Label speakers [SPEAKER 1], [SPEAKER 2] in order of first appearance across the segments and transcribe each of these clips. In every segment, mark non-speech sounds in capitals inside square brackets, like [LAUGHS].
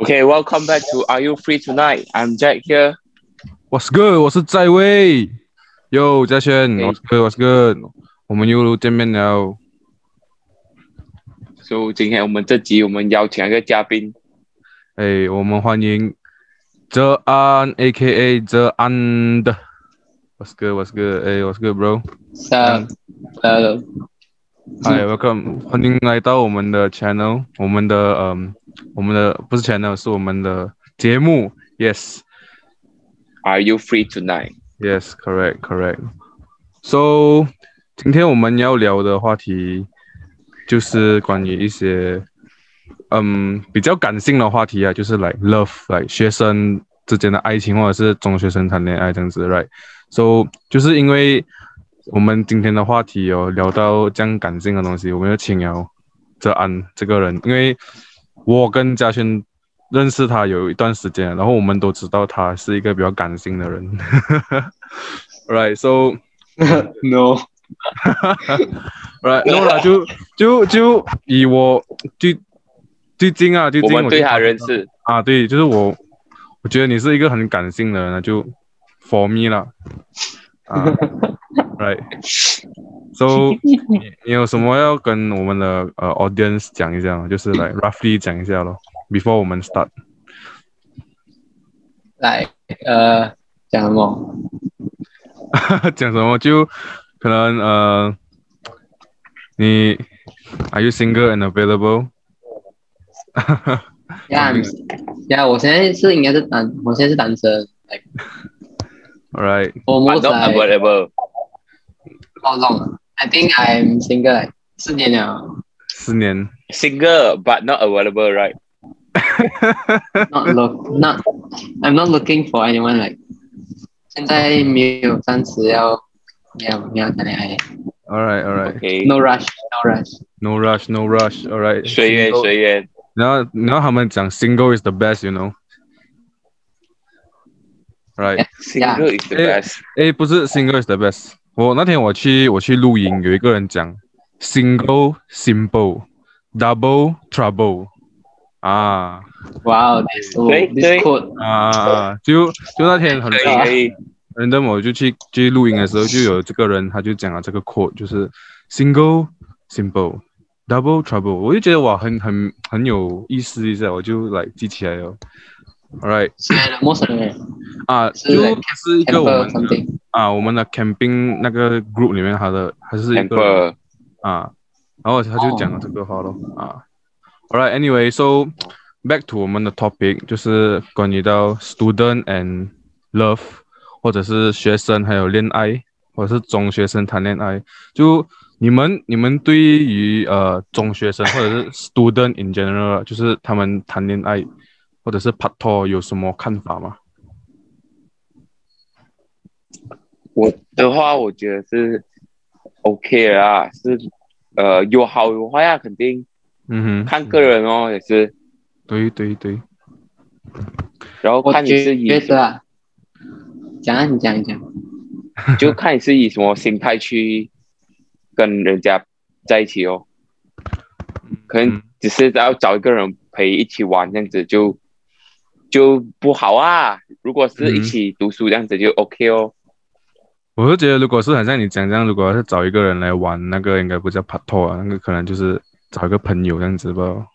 [SPEAKER 1] Okay, welcome back to Are You Free Tonight? I'm Jack here.
[SPEAKER 2] What's good？我是在位。Yo，嘉轩
[SPEAKER 1] 哎
[SPEAKER 2] ，What's good？What's good？我们又见面了。
[SPEAKER 1] So 今天我们这集我们邀请了一个嘉宾，
[SPEAKER 2] 哎，我们欢迎泽安，A.K.A. 泽安的。What's good？What's good？哎，What's good，bro？
[SPEAKER 1] 呃呃，
[SPEAKER 2] 嗨，welcome，欢迎来到我们的 channel，我们的嗯，我们的不是 channel，是我们的节目。Yes，Yes，correct，correct。
[SPEAKER 1] Are You Free Tonight？
[SPEAKER 2] So，今天我们要聊的话题就是关于一些嗯比较感性的话题啊，就是 like love，like 学生之间的爱情，或者是中学生谈恋爱这样子，right？So，就是因为我们今天的话题有聊到这样感性的东西，我们就请了泽安这个人，因为我跟嘉轩认识他有一段时间，然后我们都知道他是一个比较感性的人。Right，so
[SPEAKER 1] No，
[SPEAKER 2] [LAUGHS] right，然后啦，就就就以我最最近啊，最
[SPEAKER 1] 我
[SPEAKER 2] 近
[SPEAKER 1] 们
[SPEAKER 2] 就
[SPEAKER 1] 对他
[SPEAKER 2] 发现
[SPEAKER 1] 认
[SPEAKER 2] 到
[SPEAKER 1] 识。
[SPEAKER 2] 啊，对，就是我，我觉得你是一个很感性的人啊，就 for me 啦，啊 [LAUGHS]
[SPEAKER 1] [LAUGHS]
[SPEAKER 2] ，right，so 你你有什么要跟我们的呃 audience 讲一下吗？就是来 roughly 讲一下咯，before 我们 start， [LAUGHS]
[SPEAKER 3] 来，呃，讲什
[SPEAKER 1] 嗯
[SPEAKER 3] 么？
[SPEAKER 2] 讲什么就可能呃，你 are you single and available？ [LAUGHS]
[SPEAKER 3] 呀呀，我现在是应该是单，我现在是单身。来，
[SPEAKER 2] Alright,
[SPEAKER 3] 我
[SPEAKER 1] I'm
[SPEAKER 3] most
[SPEAKER 1] not
[SPEAKER 3] like
[SPEAKER 1] available.
[SPEAKER 3] how long? I think I'm single like 四年了
[SPEAKER 2] 四年 [LAUGHS]
[SPEAKER 1] Single but not available, right?
[SPEAKER 3] ，not look [LAUGHS] not I'm not looking for anyone like 现在没有暂时要没有没有谈恋爱
[SPEAKER 2] ，Alright, Alright,
[SPEAKER 1] OK，
[SPEAKER 3] ，no rush no rush。
[SPEAKER 2] no rush, no rush, Alright，
[SPEAKER 1] 随缘随缘。
[SPEAKER 2] 然后然后他们讲 single is the best，you know，right？
[SPEAKER 3] Yeah.
[SPEAKER 1] Single is the
[SPEAKER 2] Eh.
[SPEAKER 1] best.
[SPEAKER 2] 诶，不是 single is the best。我那天我去我去录音，有一个人讲 single simple double trouble Ah, 啊
[SPEAKER 3] Wow, 哦 this
[SPEAKER 1] 对
[SPEAKER 3] this
[SPEAKER 1] 对
[SPEAKER 3] quote
[SPEAKER 2] 啊啊！啊就就那天很
[SPEAKER 1] 可以可以，
[SPEAKER 2] 然后我就去去录音
[SPEAKER 3] 啊
[SPEAKER 2] 的时候，就有这个人他就讲了这个 quote，就是 single simple double trouble，我就觉得哇，很很很有意思一下，我就来记起来了。All right
[SPEAKER 3] 虽然陌生人
[SPEAKER 2] 啊，
[SPEAKER 3] 是
[SPEAKER 2] 就是一个我
[SPEAKER 3] Amber
[SPEAKER 2] 们的
[SPEAKER 3] something
[SPEAKER 2] 啊，我们的 camping 那个 group 里面他的还是一个人
[SPEAKER 1] Amber，
[SPEAKER 2] 啊，然后他
[SPEAKER 1] 哦
[SPEAKER 2] 就讲了这个话咯啊。All right, anyway, so back to 我们的 topic 就是关于到 student and love，或者是学生还有恋爱，或者是中学生谈恋爱。就你们你们对于呃中学生或者是 student in general，就是他们谈恋爱或者是拍拖有什么看法吗？
[SPEAKER 1] 我的话我觉得是 OK 的啦，是呃有好有坏啊，肯定
[SPEAKER 2] 嗯哼，
[SPEAKER 1] 看个。人哦，也是，
[SPEAKER 2] 对对对，
[SPEAKER 1] 然后
[SPEAKER 3] 我
[SPEAKER 1] 看你
[SPEAKER 3] 觉
[SPEAKER 1] 是以
[SPEAKER 3] 觉得啊，讲啊你讲一讲，
[SPEAKER 1] 就看你是以什么心态去跟人家在一起哦，可能
[SPEAKER 2] 嗯
[SPEAKER 1] 只是要找一个人陪一起玩这样子就就不好啊。如果是一起读书这样子就 OK 哦，
[SPEAKER 2] 我是觉得，如果是很像你讲这样，如果是找一个人来玩，那个应该不叫拍拖啊，那个可能就是找一个朋友这样子吧。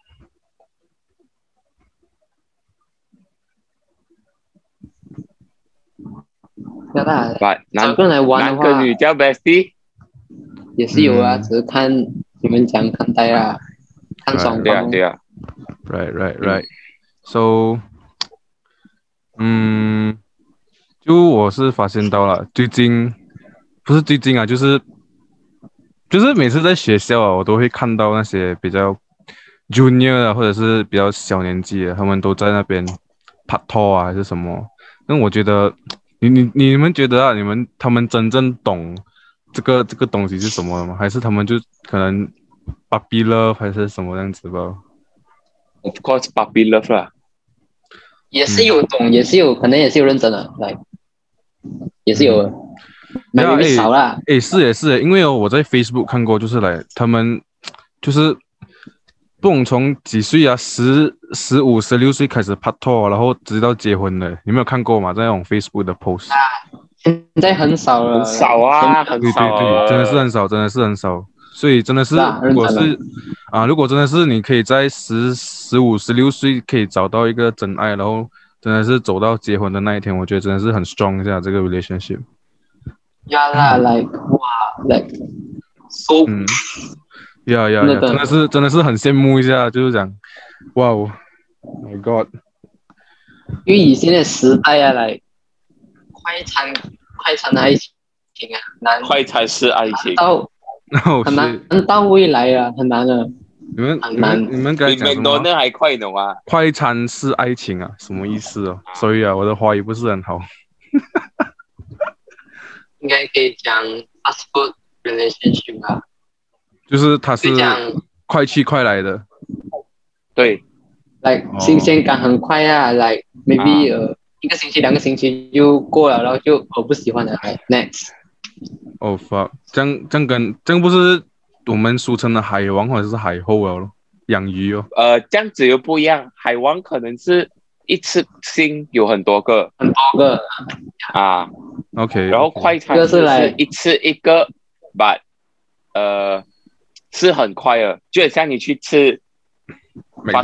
[SPEAKER 3] 对吧？
[SPEAKER 1] 把
[SPEAKER 3] 找
[SPEAKER 1] 男
[SPEAKER 3] 个人来玩
[SPEAKER 1] 男
[SPEAKER 3] 的话
[SPEAKER 1] 跟，女叫 bestie，
[SPEAKER 3] 也是有啊，
[SPEAKER 2] 嗯
[SPEAKER 3] 只是看你们讲看待啦，看双
[SPEAKER 1] 对啊
[SPEAKER 3] 方。
[SPEAKER 1] 对啊，
[SPEAKER 2] Right, right, right. So，嗯，就我是发现到了，最近不是最近啊，就是就是每次在学校啊，我都会看到那些比较 junior 的或者是比较小年纪的，他们都在那边拍拖啊，还是什么。那我觉得，你你你们觉得啊，你们他们真正懂这个这个东西是什么吗？还是他们就可能 puppy love 还是什么样子吧？
[SPEAKER 1] ，of course puppy love 啦，
[SPEAKER 3] 也是有
[SPEAKER 1] 嗯
[SPEAKER 3] 懂，也是有，可能也是有认真的，来，也是
[SPEAKER 1] 嗯
[SPEAKER 3] 有的，
[SPEAKER 2] 对
[SPEAKER 3] 没
[SPEAKER 2] 啊
[SPEAKER 3] 有
[SPEAKER 2] 哎
[SPEAKER 3] 少啦。
[SPEAKER 2] 诶，是也是耶，因为哦，我在 Facebook 看过，就是来他们就是不懂从几岁啊，十十五、十六岁开始拍拖，啊然后直到结婚的，你没有看过吗？在那种 Facebook 的 post，
[SPEAKER 1] 啊
[SPEAKER 3] 现在很少了，
[SPEAKER 1] 很少啊，很
[SPEAKER 2] 对对
[SPEAKER 1] 少啊
[SPEAKER 2] 对，真的是很少，真的是很少。所以真的是
[SPEAKER 3] 是啊，
[SPEAKER 2] 如果
[SPEAKER 3] 认真
[SPEAKER 2] 是啊，如果真的是你可以在十十五、十六岁可以找到一个真爱，然后真的是走到结婚的那一天，我觉得真的是很 strong 一下这个 relationship。
[SPEAKER 3] 呀啦，like 啊哇，like so
[SPEAKER 2] [LAUGHS] 嗯，呀呀
[SPEAKER 3] 那
[SPEAKER 2] 呀，
[SPEAKER 3] 个
[SPEAKER 2] 真的是真的是很羡慕一下，就是讲，哇哦，My God，
[SPEAKER 3] 因为以现在时代啊，来快餐快餐的爱情啊，难
[SPEAKER 1] 快餐是爱
[SPEAKER 3] 难
[SPEAKER 1] 情。
[SPEAKER 3] 到
[SPEAKER 2] 然后
[SPEAKER 3] 很难
[SPEAKER 2] 是
[SPEAKER 3] 难到未来啊，很难的。
[SPEAKER 2] 你们
[SPEAKER 3] 很
[SPEAKER 2] 你
[SPEAKER 3] 难
[SPEAKER 2] 们你们刚才
[SPEAKER 1] 比
[SPEAKER 2] 讲什
[SPEAKER 1] McDonald
[SPEAKER 2] 么啊？
[SPEAKER 1] 还快呢啊！
[SPEAKER 2] 快餐是爱情啊，什么意思哦？所以啊，我的华语不是很好。
[SPEAKER 3] 应该可以讲 fast food relationship 吧，
[SPEAKER 2] 就是它是
[SPEAKER 3] 就讲
[SPEAKER 2] 快去快来的，
[SPEAKER 1] 对，
[SPEAKER 3] like
[SPEAKER 2] 哦
[SPEAKER 3] 新鲜感很快啊，like maybe 呃一个星期两个星期就过了，然后就我不喜欢了，like next。
[SPEAKER 2] 哦、fuck，这样这样跟这样不是我们俗称的海王或者是海后了咯，养鱼哦，
[SPEAKER 1] 呃，这样子又不一样。海王可能是一次性有很多个
[SPEAKER 3] 很多个，
[SPEAKER 1] 啊，
[SPEAKER 2] OK，
[SPEAKER 1] 然后快餐
[SPEAKER 3] 这个
[SPEAKER 1] 就是
[SPEAKER 3] 来
[SPEAKER 1] 是一次一个，but 呃是很快的，就很像你去吃
[SPEAKER 2] fast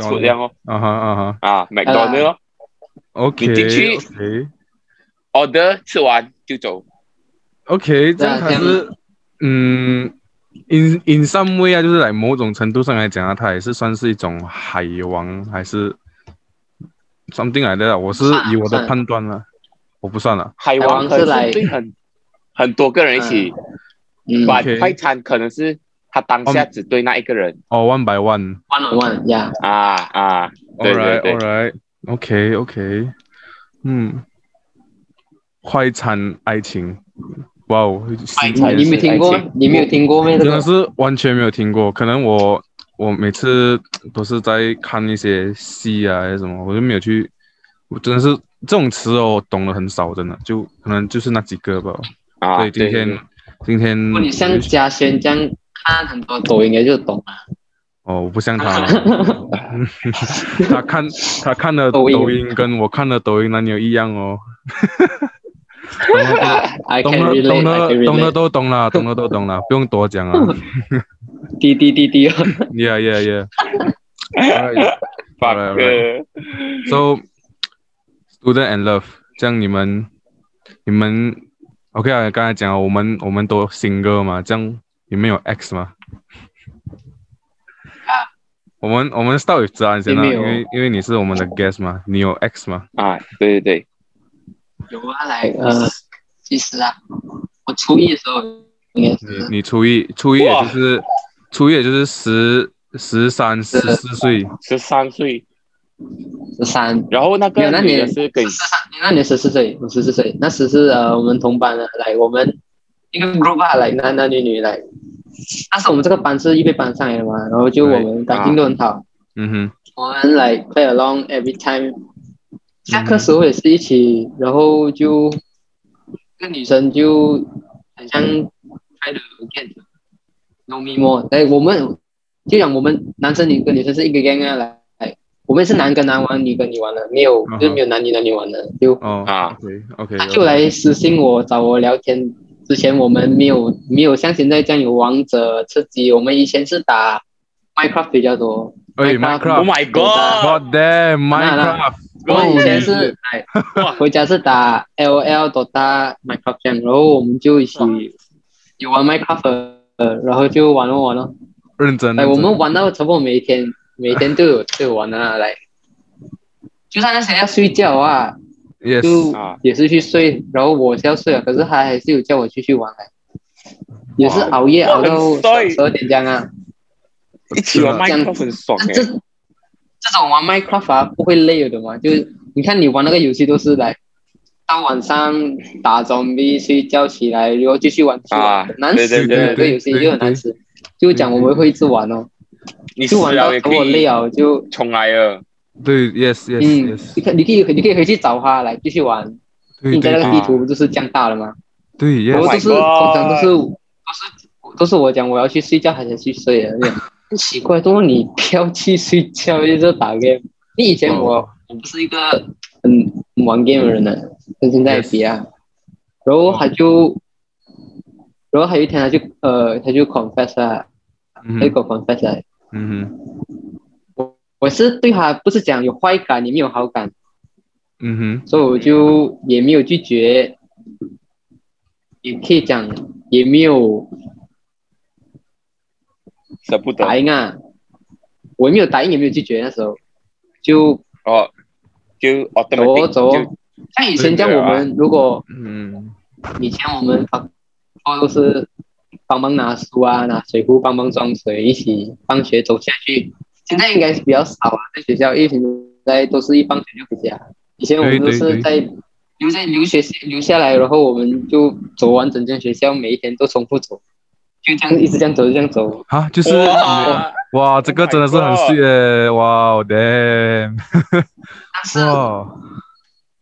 [SPEAKER 1] fast food 这样哦
[SPEAKER 2] 啊哈啊哈
[SPEAKER 1] 啊，McDonald 咯
[SPEAKER 2] ，OK
[SPEAKER 1] 你进去
[SPEAKER 2] OK
[SPEAKER 1] ，order 吃完就走。
[SPEAKER 2] OK，这样它
[SPEAKER 3] 这
[SPEAKER 2] 是嗯，in in some way 啊，就是来某种程度上来讲啊，它也是算是一种海王还是 something 来的，我是
[SPEAKER 3] 算了
[SPEAKER 2] 以我的
[SPEAKER 3] 算了
[SPEAKER 2] 判断了，我不算了，
[SPEAKER 1] 海
[SPEAKER 3] 王
[SPEAKER 1] 王可
[SPEAKER 3] 是
[SPEAKER 1] 能
[SPEAKER 3] 来
[SPEAKER 1] 是对很很多个人一起，
[SPEAKER 3] 嗯
[SPEAKER 1] but
[SPEAKER 2] OK
[SPEAKER 1] 快餐可能是他当下只对那一个人
[SPEAKER 2] 哦、o n e by one。
[SPEAKER 3] ，one on one，yeah，
[SPEAKER 1] 啊啊，对对
[SPEAKER 2] All right,
[SPEAKER 1] 对
[SPEAKER 2] all right, OK, OK，嗯，快餐爱情，哇哦，
[SPEAKER 1] 快
[SPEAKER 2] 新
[SPEAKER 1] 餐
[SPEAKER 3] 你没有
[SPEAKER 1] 是
[SPEAKER 3] 听过
[SPEAKER 1] 爱
[SPEAKER 3] 吗？你没有听过吗？这
[SPEAKER 2] 真
[SPEAKER 3] 个
[SPEAKER 2] 的是完全没有听过，可能我我每次都是在看一些戏啊还是什么，我就没有去，我真的是这种词哦，我懂得很少，真的就可能就是那几个吧。
[SPEAKER 1] 啊，
[SPEAKER 2] 所以今
[SPEAKER 1] 对对
[SPEAKER 2] 天
[SPEAKER 1] 对
[SPEAKER 2] 今天
[SPEAKER 3] 如果你像嘉轩这样看很多抖音，应该就懂了。
[SPEAKER 2] 哦，我不像他，他看他看的
[SPEAKER 3] 啊 [LAUGHS] 抖
[SPEAKER 2] 抖
[SPEAKER 3] 音
[SPEAKER 2] 音跟我看的抖音哪里有一样
[SPEAKER 3] [LAUGHS]
[SPEAKER 2] 哦？[LAUGHS]
[SPEAKER 3] I
[SPEAKER 2] 懂
[SPEAKER 3] can
[SPEAKER 2] 了，懂
[SPEAKER 3] relate, I
[SPEAKER 2] 了
[SPEAKER 3] can，
[SPEAKER 2] 懂了
[SPEAKER 3] relate。
[SPEAKER 2] 都懂了，懂了都懂了，不用多
[SPEAKER 3] [LAUGHS]
[SPEAKER 2] 讲啊。
[SPEAKER 3] 滴滴
[SPEAKER 2] [LAUGHS]
[SPEAKER 3] 滴滴，
[SPEAKER 2] Yeah, yeah,
[SPEAKER 3] [LAUGHS]
[SPEAKER 2] 哎
[SPEAKER 1] fuck，
[SPEAKER 2] Alright, alright. yeah. So, student and love，这样你们，你们，OK 啊，刚才讲了我们我们都 single 嘛，这样你们有 X 吗？我们我们 start with 子安先啦，
[SPEAKER 3] 也没
[SPEAKER 2] 因
[SPEAKER 3] 有
[SPEAKER 2] 为因为你是我们的 guest 嘛，你有 X 吗？
[SPEAKER 1] 啊，对对对，
[SPEAKER 3] 有啊，来呃，其实啊，我初一的时候应该
[SPEAKER 2] 你
[SPEAKER 3] 是
[SPEAKER 2] 你初一初一也
[SPEAKER 1] 哇
[SPEAKER 2] 就是初一也就是十十三十四岁，
[SPEAKER 1] 十三岁，
[SPEAKER 3] 十三，
[SPEAKER 1] 然后那
[SPEAKER 3] 没
[SPEAKER 1] 个
[SPEAKER 3] 有那
[SPEAKER 1] 女的
[SPEAKER 3] [LAUGHS] 你
[SPEAKER 1] 是跟
[SPEAKER 3] 十三，那年十四岁，我十四岁，那时是呃我们同班的，来我们一个 group 啊，来男男女女来，那时我们这个班是一辈班上来的嘛，然后就我
[SPEAKER 2] 对
[SPEAKER 3] 们感情都很好，
[SPEAKER 2] 嗯哼。
[SPEAKER 3] 我们
[SPEAKER 2] 嗯
[SPEAKER 3] like play along every time，下课时候也是一起，然后就那个女生就很像 try to get to know me more，哎，我们就讲我们男生女跟女生是一个 gang 啊，来，来我们是男跟男玩，女跟女玩的，没有
[SPEAKER 2] 嗯哼
[SPEAKER 3] 就是没有男女男女玩的，就
[SPEAKER 2] 哦
[SPEAKER 1] 啊
[SPEAKER 2] ，OK OK，
[SPEAKER 3] 他就来私信我找我聊天。之前我们没有没有像现在这样有王者吃鸡，我们以前是打 Minecraft 比较多。
[SPEAKER 2] 哎
[SPEAKER 1] ，Oh
[SPEAKER 2] ，Minecraft，God
[SPEAKER 1] my god，
[SPEAKER 2] damn，Minecraft，
[SPEAKER 3] 我
[SPEAKER 1] 哦
[SPEAKER 3] 们以前
[SPEAKER 1] Holy
[SPEAKER 3] 是
[SPEAKER 1] shit
[SPEAKER 3] 哎
[SPEAKER 1] 哇，
[SPEAKER 3] 回家是打 L O L、Dota、Minecraft 这样，然后我们就一起有
[SPEAKER 1] 啊
[SPEAKER 3] 玩 Minecraft，呃，然后就玩了玩了。
[SPEAKER 2] 认真，
[SPEAKER 3] 哎，
[SPEAKER 2] 认
[SPEAKER 3] 我
[SPEAKER 2] 真
[SPEAKER 3] 们玩到差不多每天每天都有都有玩啊，来，就算那谁要睡觉啊，就
[SPEAKER 2] yes，
[SPEAKER 1] 啊
[SPEAKER 3] 也是去睡，然后我是要睡了，啊可是他还是有叫我继续玩来，也是熬夜
[SPEAKER 1] 哇
[SPEAKER 3] 熬到
[SPEAKER 1] 很帅
[SPEAKER 3] 十二点这样啊。
[SPEAKER 1] 一起玩
[SPEAKER 3] 这样
[SPEAKER 1] Minecraft 很爽
[SPEAKER 3] 啊
[SPEAKER 1] 欸
[SPEAKER 3] 这
[SPEAKER 1] 诶，
[SPEAKER 3] 这种玩 Minecraft 啊，不会累的嘛？就是你看你玩那个游戏都是来到晚上打 zombie 睡觉起来，然后继续玩，继续玩
[SPEAKER 1] 啊
[SPEAKER 3] 很难
[SPEAKER 1] 对对
[SPEAKER 3] 死
[SPEAKER 1] 对嗯
[SPEAKER 3] 的这
[SPEAKER 2] 对
[SPEAKER 3] 个游戏
[SPEAKER 2] 对
[SPEAKER 3] 就很难死。就讲我们会一直玩哦，
[SPEAKER 1] 你死
[SPEAKER 3] 就玩到
[SPEAKER 1] 了也
[SPEAKER 3] 等
[SPEAKER 1] 可
[SPEAKER 3] 我累啊
[SPEAKER 1] 以
[SPEAKER 3] 了就
[SPEAKER 1] 重来了，
[SPEAKER 2] 对，yes
[SPEAKER 3] 嗯
[SPEAKER 2] yes，
[SPEAKER 3] 你
[SPEAKER 2] yes，
[SPEAKER 3] 看你可以你可以回去找他来继续玩。
[SPEAKER 2] 对
[SPEAKER 3] 你在那
[SPEAKER 2] 对
[SPEAKER 3] 个
[SPEAKER 1] 对
[SPEAKER 3] 地图就是这样大的嘛，
[SPEAKER 2] 对
[SPEAKER 3] 然后
[SPEAKER 2] yes，
[SPEAKER 3] 都是
[SPEAKER 1] Oh my
[SPEAKER 3] 通常都是都是都是我讲我要去睡觉，还想去睡的那种。奇怪，怎么你飘去睡觉，一直打 game？因为以前我、
[SPEAKER 2] 哦
[SPEAKER 3] 我不是一个很很玩 game 的人呢，跟现在
[SPEAKER 2] Yes
[SPEAKER 3] 比啊。然后他就，然后他有一天他就呃他就 confess 啊，
[SPEAKER 2] 嗯
[SPEAKER 3] 他
[SPEAKER 2] 哼
[SPEAKER 3] 就给我 confess 啊，
[SPEAKER 2] 嗯哼
[SPEAKER 3] 我是对他不是讲有坏感，也没有好感，
[SPEAKER 2] 嗯哼
[SPEAKER 3] 所以我就也没有拒绝，也可以讲也没有
[SPEAKER 1] 舍不得
[SPEAKER 3] 答应啊，我也没有答应，也没有拒绝，那时候就
[SPEAKER 1] 哦，就 a u t
[SPEAKER 3] 走
[SPEAKER 1] o
[SPEAKER 3] 哦
[SPEAKER 1] m
[SPEAKER 3] 走哦。像以前这样，我们如果
[SPEAKER 2] 嗯
[SPEAKER 3] 以前我们放课都是帮忙拿书啊，拿水壶，帮忙装水，一起放学走下去。现在应该是比较少啊，在学校，因为现在都是一放学就回家。以前我们都是
[SPEAKER 2] 对对对
[SPEAKER 3] 在留在留学留下来，然后我们就走完整间学校，每一天都重复走，就这
[SPEAKER 2] 哦
[SPEAKER 3] 样一直这样走，就这样走。
[SPEAKER 2] 啊，就是
[SPEAKER 1] 哇
[SPEAKER 2] 哇，这个
[SPEAKER 1] Oh my
[SPEAKER 2] 真的是很
[SPEAKER 1] God
[SPEAKER 2] 细耶！哇哦，damn，
[SPEAKER 3] 但是
[SPEAKER 2] 哇，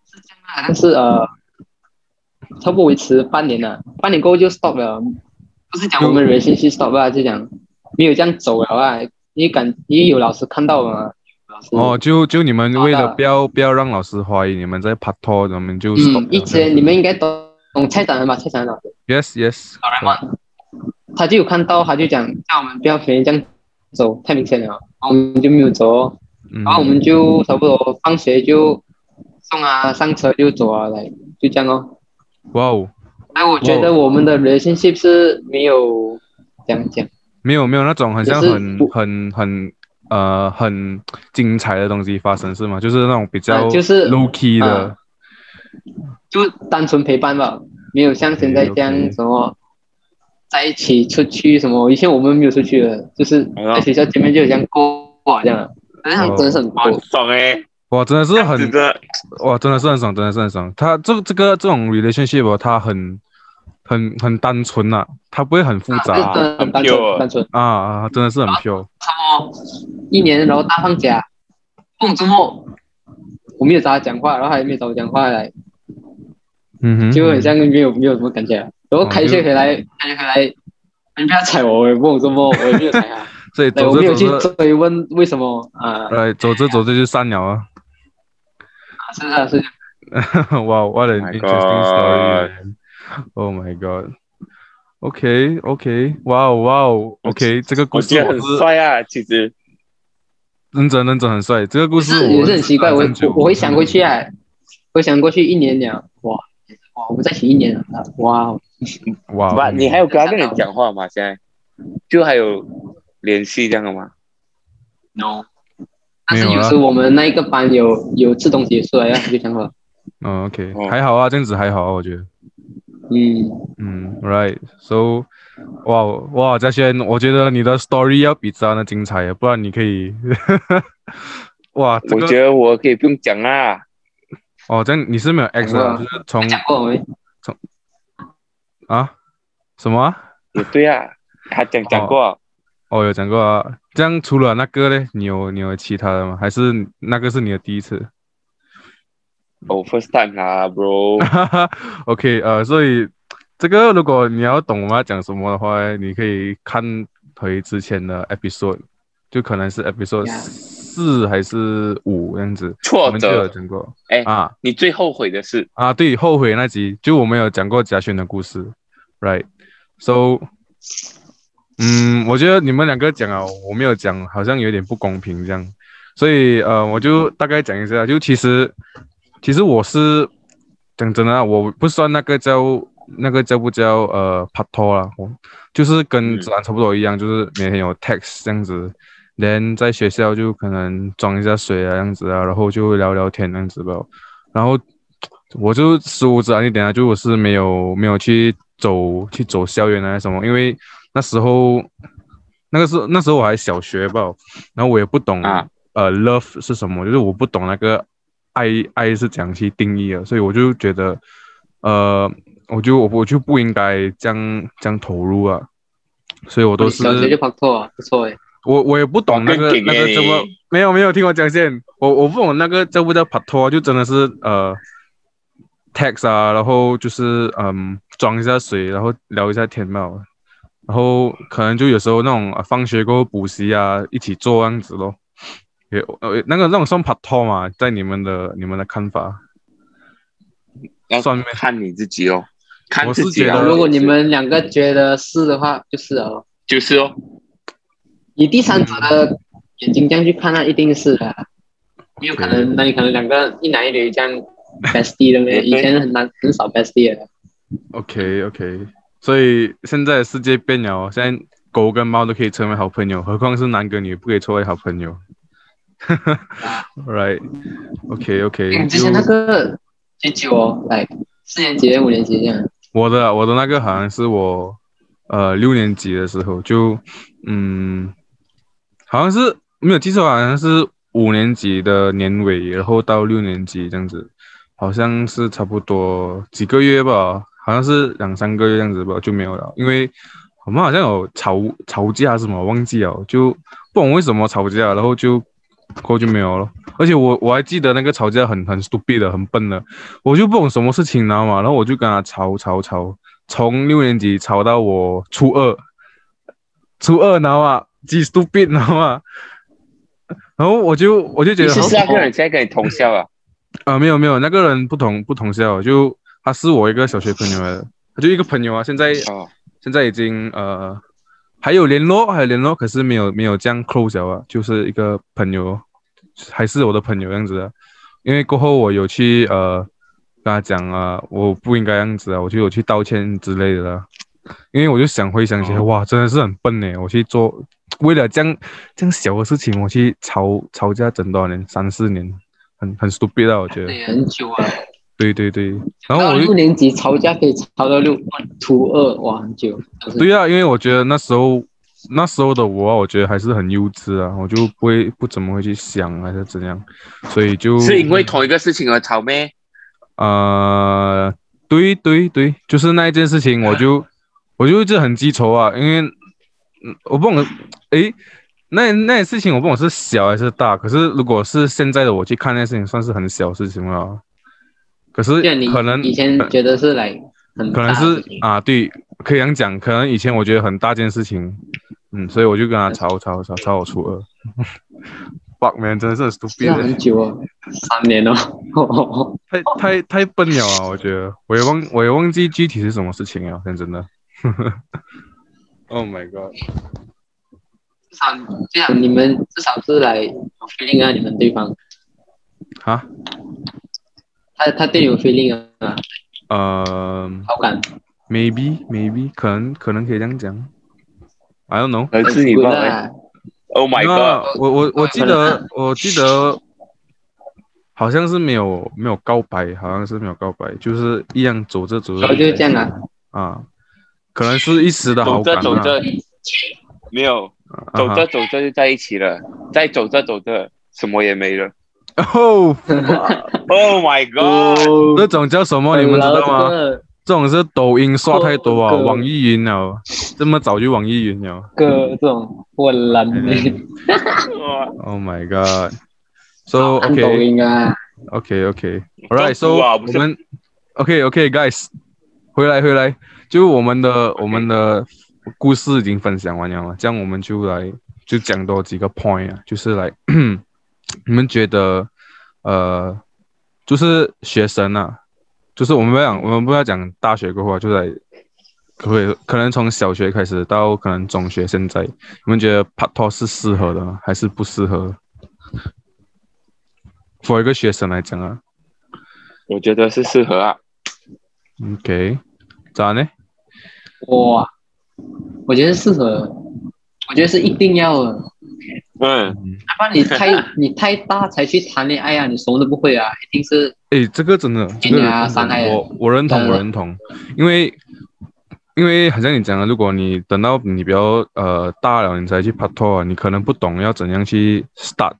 [SPEAKER 3] 是这样啦，但是呃，差不多维持半年了，半年过后就 stop 了，不是讲我们 relationship stop 啊，就讲没有这样走了啊，因为感因为有老师看到了嘛，老师
[SPEAKER 2] 哦，，就就你们为
[SPEAKER 3] 嗯好
[SPEAKER 2] 了
[SPEAKER 3] 的
[SPEAKER 2] 不要不要让老师怀疑你们在拍拖，你们就 stop
[SPEAKER 3] 嗯，以前你们应该懂懂蔡展恒吧？蔡展恒老师，
[SPEAKER 2] yes yes，
[SPEAKER 3] 好来嘛，啊他就有看到，他就讲叫我们不要每天这样走，太明显了，然后我们就没有走哦，
[SPEAKER 2] 嗯
[SPEAKER 3] 然后我们就差不多放学就送啊，上车就走啊，来就这样哦。
[SPEAKER 2] 哇哦，
[SPEAKER 3] 哎，我觉得我们的 relationship 是没有讲讲，
[SPEAKER 2] 没有没有那种很像
[SPEAKER 3] 就是
[SPEAKER 2] 很
[SPEAKER 3] 不
[SPEAKER 2] 很很呃很精彩的东西发生是吗？就是那种比较
[SPEAKER 3] 啊就是
[SPEAKER 2] low key 的
[SPEAKER 3] 啊，就单纯陪伴吧，没有像现在这样
[SPEAKER 2] OK，OK
[SPEAKER 3] 什么在一起出去什么。以前我们没有出去的，就是
[SPEAKER 1] 哎呀
[SPEAKER 3] 在学校前面就有这样过啊这样，但是他们真的是很过
[SPEAKER 1] 哇，很爽哎、
[SPEAKER 2] 哇，真的
[SPEAKER 1] 这
[SPEAKER 2] 是
[SPEAKER 1] 样子
[SPEAKER 2] 很
[SPEAKER 1] 的
[SPEAKER 2] 哇，真的是很爽，真的是很爽。他这这个这种 relationship，哦它很很很单纯呐、啊，它不会很复杂
[SPEAKER 3] 啊
[SPEAKER 2] 啊
[SPEAKER 3] 真的很单
[SPEAKER 1] 很 pure
[SPEAKER 3] 纯单纯。
[SPEAKER 2] 啊啊真的是很 pure。
[SPEAKER 3] 差不多一年，然后大放假，放周末我没有找他讲话，然后他也没有找我讲话来，
[SPEAKER 2] 嗯哼，
[SPEAKER 3] 就很像没有没有什么感觉啊。然后
[SPEAKER 2] 哦
[SPEAKER 3] 开
[SPEAKER 2] 就
[SPEAKER 3] 学回来，开学回来，你不要踩我，我也问我周末，我也没有踩他。
[SPEAKER 2] 所以
[SPEAKER 3] 对，
[SPEAKER 2] 走
[SPEAKER 3] 我没有
[SPEAKER 2] 着
[SPEAKER 3] 去
[SPEAKER 2] 走着，
[SPEAKER 3] 追问为什么啊、
[SPEAKER 2] 呃，走着走着就散了啊！ [LAUGHS]
[SPEAKER 3] 是啊是啊，
[SPEAKER 2] 哇、wow,，what an
[SPEAKER 1] My
[SPEAKER 2] interesting story! man. Oh my god! OK OK，哇哦哇哦，OK，这个故
[SPEAKER 1] 我
[SPEAKER 2] 事
[SPEAKER 1] 觉得
[SPEAKER 2] 我
[SPEAKER 1] 很
[SPEAKER 2] 是
[SPEAKER 1] 帅啊，其实
[SPEAKER 2] 认真认真很帅，这个故
[SPEAKER 3] 不
[SPEAKER 2] 事
[SPEAKER 3] 是
[SPEAKER 2] 我
[SPEAKER 3] 也是很奇怪，我
[SPEAKER 2] 很久
[SPEAKER 3] 我我回想过去啊，回想过去一年了，哇哇，我们在一起一年了，啊哇，
[SPEAKER 2] 哇，
[SPEAKER 1] 哇，你还有跟他跟
[SPEAKER 3] 真的
[SPEAKER 1] 人讲话吗？现在就还有联系这样的吗？
[SPEAKER 3] no，但是
[SPEAKER 2] 没有
[SPEAKER 3] 有
[SPEAKER 2] 啊
[SPEAKER 3] 时我们那一个班有有自动结束了，啊要就想说，
[SPEAKER 2] 嗯 OK，
[SPEAKER 1] 哦
[SPEAKER 2] 还好啊，这样子还好啊，我觉得。
[SPEAKER 3] 嗯，
[SPEAKER 2] 嗯，right，so，哇哇，嘉轩，我觉得你的 story 要比张的精彩耶，不然你可以， [LAUGHS] 哇，这
[SPEAKER 1] 我
[SPEAKER 2] 个
[SPEAKER 1] 觉得我可以不用讲啦，
[SPEAKER 2] 哦，这样你是没有 X 啊，
[SPEAKER 3] 讲过啊
[SPEAKER 2] 就是从
[SPEAKER 3] 讲过没？
[SPEAKER 2] 啊什么啊？
[SPEAKER 1] 也对啊，他讲讲过啊，
[SPEAKER 2] 哦，有讲过啊。这样除了那个嘞，你有你有其他的吗？还是那个是你的第一次？ [LAUGHS]
[SPEAKER 1] 哦，first time 啦，bro，
[SPEAKER 2] 哈哈，OK，呃，所以这个如果你要懂我们要讲什么的话，你可以看回之前的 episode，就可能是 episode
[SPEAKER 3] Yeah
[SPEAKER 2] 四还是五这样子。我
[SPEAKER 1] 挫
[SPEAKER 2] 们就有
[SPEAKER 1] 折，
[SPEAKER 2] 讲过
[SPEAKER 1] 哎
[SPEAKER 2] 啊
[SPEAKER 1] 你最后悔的事，
[SPEAKER 2] 啊，对，后悔那集就我们有讲过贾轩的故事，right？So，嗯，我觉得你们两个讲啊，我没有讲，好像有点不公平这样，所以呃，我就大概讲一下，就其实其实我是讲真的啊，我不算那个叫那个叫不叫呃拍拖啦，我就是跟
[SPEAKER 1] 嗯
[SPEAKER 2] 子兰差不多一样，就是每天有 text 这样子。连在学校就可能装一下水啊，这样子啊，然后就聊聊天这样子吧。然后我就疏忽一点啊，就我是没有没有去走去走校园啊什么，因为那时候那个时候那时候我还小学吧，然后我也不懂、
[SPEAKER 1] 啊
[SPEAKER 2] 呃 love 是什么，就是我不懂那个爱爱是怎样去定义的，所以我就觉得呃，我就我我就不应该这样这样投入啊，所以我都是
[SPEAKER 3] 小学就拍拖啊，不错诶，
[SPEAKER 2] 我我也不懂那个
[SPEAKER 1] 我更
[SPEAKER 2] 那
[SPEAKER 1] 给
[SPEAKER 2] 个
[SPEAKER 1] 你欸
[SPEAKER 2] 叫不，没有没有听我讲先，我我不懂那个叫不叫拍拖，就真的是呃，text 啊，然后就是嗯装一下水，然后聊一下天嘛，然后可能就有时候那种、啊、放学过后补习啊，一起做这样子咯。也呃，那个那种算 part t 嘛，在你们的你们的看法，
[SPEAKER 1] 要
[SPEAKER 2] 算咩？
[SPEAKER 1] 看你自己哦，看
[SPEAKER 2] 我
[SPEAKER 1] 自
[SPEAKER 2] 是
[SPEAKER 1] 己
[SPEAKER 2] 觉
[SPEAKER 1] 啊。
[SPEAKER 2] 得
[SPEAKER 3] 欸如果你们两个觉得是的话，就是哦。
[SPEAKER 1] 就是哦，
[SPEAKER 3] 以第三者的眼睛这样去看，那一定是的啊。没有可能，那你可能两个一男一女这样
[SPEAKER 2] [LAUGHS]
[SPEAKER 3] bestie
[SPEAKER 1] 对
[SPEAKER 3] 的没？以前很难很少 bestie 的。
[SPEAKER 2] OK OK，所以现在的世界变了哦，现在狗跟猫都可以成为好朋友，何况是男跟女不可以成为好朋友。right OK
[SPEAKER 3] 嗯
[SPEAKER 2] OK，
[SPEAKER 3] 之
[SPEAKER 2] 就
[SPEAKER 3] 前那个九九哦，来四年级、五年级这样，
[SPEAKER 2] 我的我的那个好像是我呃六年级的时候就嗯，好像是没有记错，好像是五年级的年尾，然后到六年级这样子，好像是差不多几个月吧，好像是两三个月这样子吧，就没有了，因为我们好像有吵吵架什么，忘记了，就不懂为什么吵架，然后就过后就没有了。而且我我还记得那个吵架很很 stupid 的，很笨的，我就不懂什么事情，你知道吗？然后我就跟他吵吵吵，从六年级吵到我初二，初二，你知道吗？几 stupid，你知道吗？然后我就我就觉
[SPEAKER 1] 你
[SPEAKER 2] 得
[SPEAKER 1] 是
[SPEAKER 2] 好
[SPEAKER 1] 是那个人现在跟你同校啊？
[SPEAKER 2] 啊，没有没有，那个人不同不同校，就他是我一个小学朋友来的，他就一个朋友啊，现在
[SPEAKER 1] 哦，
[SPEAKER 2] 现在已经呃还有联络，还有联络，可是没有没有这样 close 了啊，就是一个朋友，还是我的朋友这样子的。啊因为过后我有去呃跟他讲啊，我不应该这样子啊，我就有去道歉之类的啦。因为我就想回想起来，
[SPEAKER 1] 哦
[SPEAKER 2] 哇，真的是很笨呢，我去做为了这样这样小的事情，我去吵吵架整多少年，三四年，很很 stupid 啊，我觉得。
[SPEAKER 3] 对，很久啊。
[SPEAKER 2] 对对对，然后
[SPEAKER 3] 到
[SPEAKER 2] 我就
[SPEAKER 3] 六年级吵架可以吵到六初二，哇，很久。
[SPEAKER 2] 对啊，因为我觉得那时候那时候的我啊，我觉得还是很幼稚啊，我就不会不怎么会去想啊还是怎样，所以就是
[SPEAKER 1] 因为同一个事情而吵咩？
[SPEAKER 2] 呃，对对对，就是那一件事情，我就、我就一直很记仇啊，因为嗯我不懂，诶，那那件事情我不懂是小还是大，可是如果是现在的我去看那件事情，算是很小的事情了，啊可是
[SPEAKER 3] 对，啊你
[SPEAKER 2] 可能
[SPEAKER 3] 以前觉得是来很
[SPEAKER 2] 可能
[SPEAKER 3] 大的
[SPEAKER 2] 是
[SPEAKER 3] 事情
[SPEAKER 2] 啊，对，可以这样讲，可能以前我觉得很大件事情，嗯，所以我就跟他吵吵吵吵我初 [LAUGHS] 二。fuck man，真的是很
[SPEAKER 3] 是
[SPEAKER 2] stupid，、
[SPEAKER 3] 啊很久哦，三
[SPEAKER 2] [LAUGHS]
[SPEAKER 3] 年哦。
[SPEAKER 2] 太太太笨了啊！我觉得，我也忘我也忘记具体是什么事情了，讲真的。oh my god，
[SPEAKER 3] 至少这样，你们至少是来有 feeling 啊，你们对方，
[SPEAKER 2] 哈，
[SPEAKER 3] 他他对你有 feeling 啊，
[SPEAKER 2] 呃
[SPEAKER 3] 好感。
[SPEAKER 2] ，maybe maybe，可能可能可以这样讲，I don't know。
[SPEAKER 1] 可是你
[SPEAKER 3] Good 啊
[SPEAKER 1] 爸爸
[SPEAKER 3] 啦，
[SPEAKER 1] ？Oh my
[SPEAKER 2] 那
[SPEAKER 1] god！
[SPEAKER 2] 我我我记
[SPEAKER 3] 可能 [LAUGHS]
[SPEAKER 2] 得我记得好像是没有没有告白，好像是没有告白，就是一样走着走着
[SPEAKER 3] 然后就这样啊，
[SPEAKER 2] 啊，可能是一时的好
[SPEAKER 1] 走
[SPEAKER 2] 感、
[SPEAKER 1] 着
[SPEAKER 2] 啊、
[SPEAKER 1] 走着，
[SPEAKER 2] [LAUGHS]
[SPEAKER 1] 没有，走着走着就在一起了，再走着走着什么也没了。
[SPEAKER 2] 啊哈哦，
[SPEAKER 1] Oh my god！
[SPEAKER 2] 这种叫什
[SPEAKER 3] 嗯
[SPEAKER 2] 么？你们知道吗？？这种是抖音刷太多啊，
[SPEAKER 3] 哥
[SPEAKER 2] 网易云了，这么早就网易云了。
[SPEAKER 3] 哥这种混
[SPEAKER 2] [LAUGHS]
[SPEAKER 3] 烂的，
[SPEAKER 1] 哇
[SPEAKER 2] Oh my god！So OK
[SPEAKER 3] 抖音啊，
[SPEAKER 2] OK OK。All right，so
[SPEAKER 1] 中毒啊不
[SPEAKER 2] 我
[SPEAKER 1] 是
[SPEAKER 2] 们 OK OK guys，回来回来，就我们的我们的故事已经分享完了嘛，这样我们就来就讲多几个 point 啊，就是来 [CLEARS THROAT] 你们觉得呃，就是学生啊，就是我们不要讲我们不要讲大学过后啊，就来可不可以可能从小学开始到可能中学现在，你们觉得拍拖是适合的吗？还是不适合？for 一个学生来讲啊。
[SPEAKER 1] 我觉得是适合啊。
[SPEAKER 2] OK，咋呢？
[SPEAKER 3] 哇，我觉得适合，我觉得是一定要的，哪
[SPEAKER 1] 嗯，
[SPEAKER 3] 怕
[SPEAKER 2] [LAUGHS]
[SPEAKER 3] 你太你太大才去谈恋爱啊，你什么都不会啊，一定是
[SPEAKER 2] 诶，哎这个真的，这个
[SPEAKER 3] 给你啊伤害
[SPEAKER 2] 我我认同，
[SPEAKER 3] 嗯
[SPEAKER 2] 我认同，因为因为好像你讲的，如果你等到你比较呃大了，你才去拍拖啊，你可能不懂要怎样去 start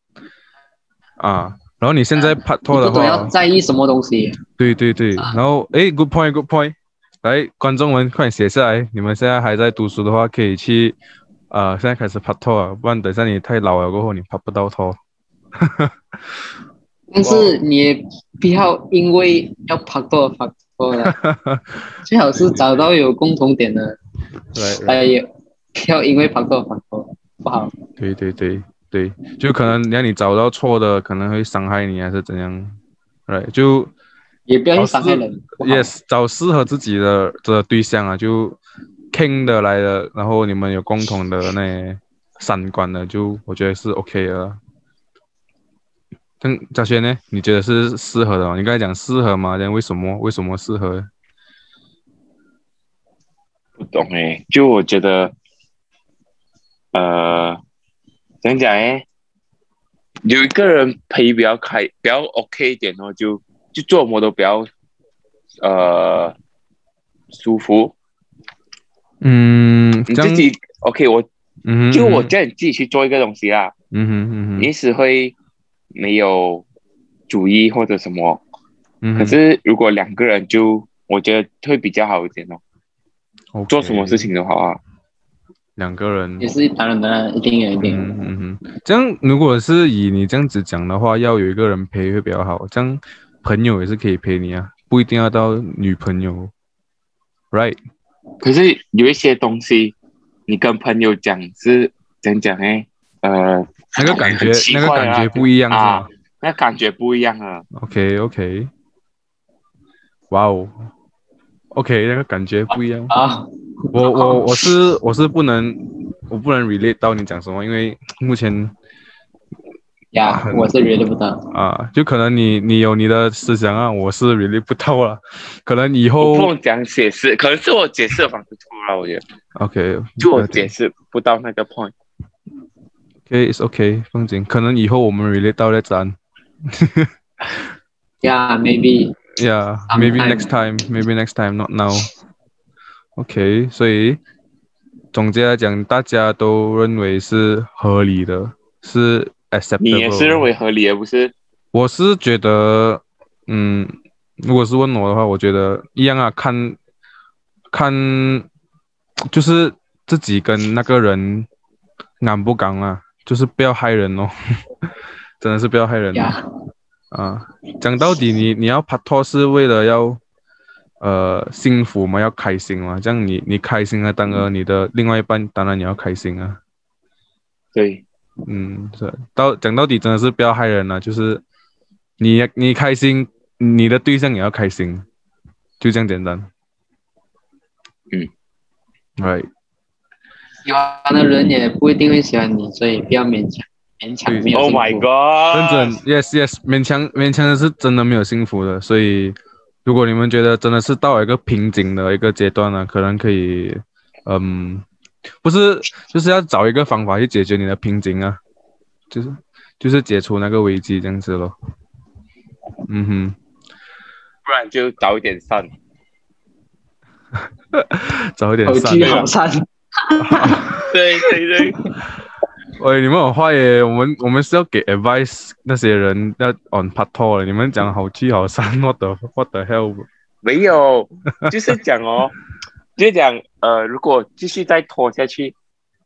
[SPEAKER 2] 啊。然后你现在拍
[SPEAKER 3] 嗯你
[SPEAKER 2] 拖
[SPEAKER 3] 不
[SPEAKER 2] 的
[SPEAKER 3] 懂
[SPEAKER 2] 话，
[SPEAKER 3] 要在意什么东西，
[SPEAKER 2] 对对对，
[SPEAKER 3] 啊
[SPEAKER 2] 然后诶 g o o d point，good point，来，观众们快点写下来，你们现在还在读书的话，可以去啊、呃现在开始拍拖啊，不然等一下你太老了过后，你拍不到拖。 [LAUGHS]
[SPEAKER 3] 但是你也不要因为要拍拖而
[SPEAKER 2] [LAUGHS]
[SPEAKER 3] 拍拖了，最好是找到有共同点的，
[SPEAKER 2] 来，
[SPEAKER 3] 哎呀，要因为 parkour 而 parkour 不好。
[SPEAKER 2] 对对对对，就可能让你找到错的，可能会伤害你还是怎样，right？就
[SPEAKER 3] 也不要去伤害人。不好
[SPEAKER 2] yes 找适合自己的的对象啊，就 king 的来的，然后你们有共同的那三观的，就我觉得是 OK 的啊。但嘉轩呢？你觉得是适合的吗？你刚才讲适合吗？但为什么为什么适合？
[SPEAKER 1] 不懂诶，就我觉得，呃，怎样讲诶，有一个人陪比较开，比较 OK 一点哦，就就做什么都比较呃舒服。
[SPEAKER 2] 嗯，
[SPEAKER 1] 你
[SPEAKER 2] 这
[SPEAKER 1] 自
[SPEAKER 2] 样
[SPEAKER 1] 己 OK，我
[SPEAKER 2] 嗯哼，
[SPEAKER 1] 就我
[SPEAKER 2] 嗯哼
[SPEAKER 1] 叫你自己去做一个东西啦，
[SPEAKER 2] 嗯哼嗯哼，
[SPEAKER 1] 你只会没有主意或者什么。
[SPEAKER 2] 嗯哼
[SPEAKER 1] 可是如果两个人就，我觉得会比较好一点哦，做什么事？
[SPEAKER 2] OK，
[SPEAKER 1] 情都好啊。
[SPEAKER 2] 两个人
[SPEAKER 3] 也是当然当然一定有一定有。
[SPEAKER 2] 嗯嗯嗯，这样如果是以你这样子讲的话，要有一个人陪会比较好。这样朋友也是可以陪你啊，不一定要到女朋友，right？嗯
[SPEAKER 1] 可是有一些东西，你跟朋友讲是怎讲呢？呃，
[SPEAKER 2] 那个感觉
[SPEAKER 1] [LAUGHS] 很，奇
[SPEAKER 2] 那
[SPEAKER 1] 怪啊
[SPEAKER 2] 个感觉不一样是吧
[SPEAKER 1] 啊那感觉不一样啊。
[SPEAKER 2] ？OK OK，哇哦，OK，那个感觉不一样。
[SPEAKER 3] 啊，
[SPEAKER 2] 我我我是我是不能，我不能 relate 到你讲什么，因为目前
[SPEAKER 3] 呀，我是 read 不到。
[SPEAKER 2] 啊，就可能你你有你的思想啊，我是 relate 不到了，可能以
[SPEAKER 1] 我不
[SPEAKER 2] 后
[SPEAKER 1] 能讲解释，可能是我解释的方式错了，我觉得，
[SPEAKER 2] 嗯 OK，
[SPEAKER 1] 就我
[SPEAKER 2] 了解
[SPEAKER 1] 解释不到那个 point。
[SPEAKER 2] OK，it's OK，风景，可能以后我们 relate 到再谈。
[SPEAKER 3] 呀，maybe
[SPEAKER 2] Yeah，maybe
[SPEAKER 3] Sometime
[SPEAKER 2] next time，maybe next time，not now。OK，所以总结来讲，大家都认为是合理的，是 acceptable。
[SPEAKER 1] 你也是认？为合理，而不是
[SPEAKER 2] 我是觉得，嗯，如果是问我的话，我觉得一样啊，看，看，就是自己跟那个人敢不敢啊，就是不要害人哦， [LAUGHS] 真的是不要害人哦。
[SPEAKER 3] 呀，
[SPEAKER 2] 啊，讲到底你，你要拍拖是为了要，呃，幸福嘛，要开心嘛。这样你你开心啊，当然你的另外一半当然你要开心啊。
[SPEAKER 1] 对。
[SPEAKER 2] 嗯，是到讲到底真的是不要害人了、就是你你开心，你的对象也要开心，就这样简单。
[SPEAKER 1] 嗯
[SPEAKER 2] ，right，
[SPEAKER 3] 喜欢的人也不一定会喜欢你，所以不要勉强，勉强没有
[SPEAKER 1] Oh
[SPEAKER 3] 幸福。
[SPEAKER 1] my god！
[SPEAKER 2] 认真，yes yes，勉强勉强是真的没有幸福的，所以如果你们觉得真的是到了一个瓶颈的一个阶段了、可能可以，嗯，不是，就是要找一个方法去解决你的瓶颈啊，就是就是解除那个危机这样子咯。嗯哼。
[SPEAKER 1] 不然就早一点散。
[SPEAKER 2] 早一点
[SPEAKER 3] 偶
[SPEAKER 2] 散
[SPEAKER 3] 居。
[SPEAKER 1] 啊
[SPEAKER 3] 好散，
[SPEAKER 1] 对对对，
[SPEAKER 2] 喂，你们很坏耶！我们我们是要给 advice 那些人要 on 拍拖了，你们讲好聚好散，what the what the hell？
[SPEAKER 1] 没有，就是讲哦， [LAUGHS] 就是讲呃，如果继续再拖下去，